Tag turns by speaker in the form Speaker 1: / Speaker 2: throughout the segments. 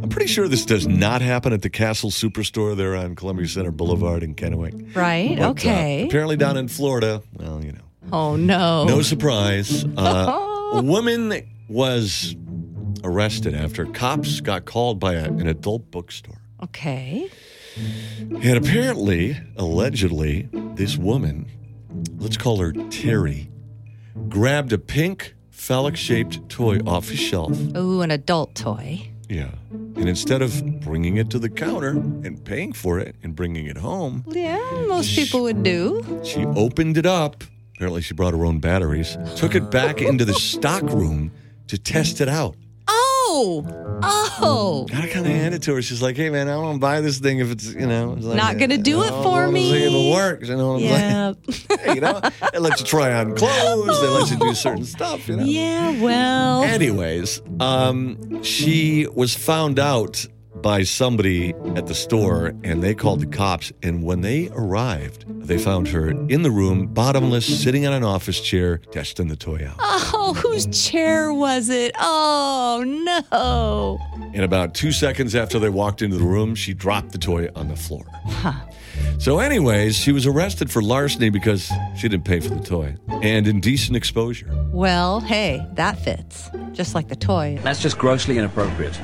Speaker 1: I'm pretty sure this does not happen at the Castle Superstore there on Columbia Center Boulevard in Kennewick.
Speaker 2: Right.
Speaker 1: But, uh,
Speaker 2: okay.
Speaker 1: apparently down in Florida, well, you know,
Speaker 2: oh no.
Speaker 1: no surprise. Uh, a woman was arrested after cops got called by a, an adult bookstore.
Speaker 2: Okay.
Speaker 1: And apparently, allegedly, this woman, let's call her Terry, grabbed a pink phallic shaped toy off a shelf.
Speaker 2: Ooh, an adult toy.
Speaker 1: Yeah. And instead of bringing it to the counter and paying for it and bringing it home,
Speaker 2: Yeah, most people would do.
Speaker 1: she opened it up. Apparently, she brought her own batteries, took it back into the stock room to test it out.
Speaker 2: Oh. Oh.
Speaker 1: Gotta kind of hand it to her. She's like, "Hey, man, I don't buy this thing if it's you know it's like,
Speaker 2: Not gonna do
Speaker 1: I
Speaker 2: it
Speaker 1: don't
Speaker 2: for
Speaker 1: wanna see if
Speaker 2: me."
Speaker 1: it works." You know, what I'm
Speaker 2: Yeah.
Speaker 1: like, hey, you know, they let you try on clothes, they let you do certain stuff. You know,
Speaker 2: yeah. Well.
Speaker 1: Anyways, um, she was found out by somebody at the store and they called the cops. And when they arrived, they found her in the room, bottomless, sitting on an office chair, testing the toy out.
Speaker 2: Oh, whose chair was it? Oh no.
Speaker 1: And about two seconds after they walked into the room, she dropped the toy on the floor. So, anyways, she was arrested for larceny because she didn't pay for the toy and indecent exposure.
Speaker 2: Well, hey, that fits. Just like the toy.
Speaker 3: That's just grossly inappropriate.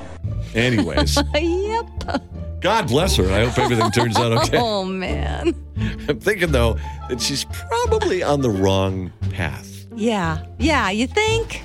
Speaker 1: Anyways,
Speaker 2: Yep.
Speaker 1: God bless her. I hope everything turns out okay.
Speaker 2: Oh man.
Speaker 1: I'm thinking though that she's probably on the wrong path.
Speaker 2: Yeah. Yeah, you think?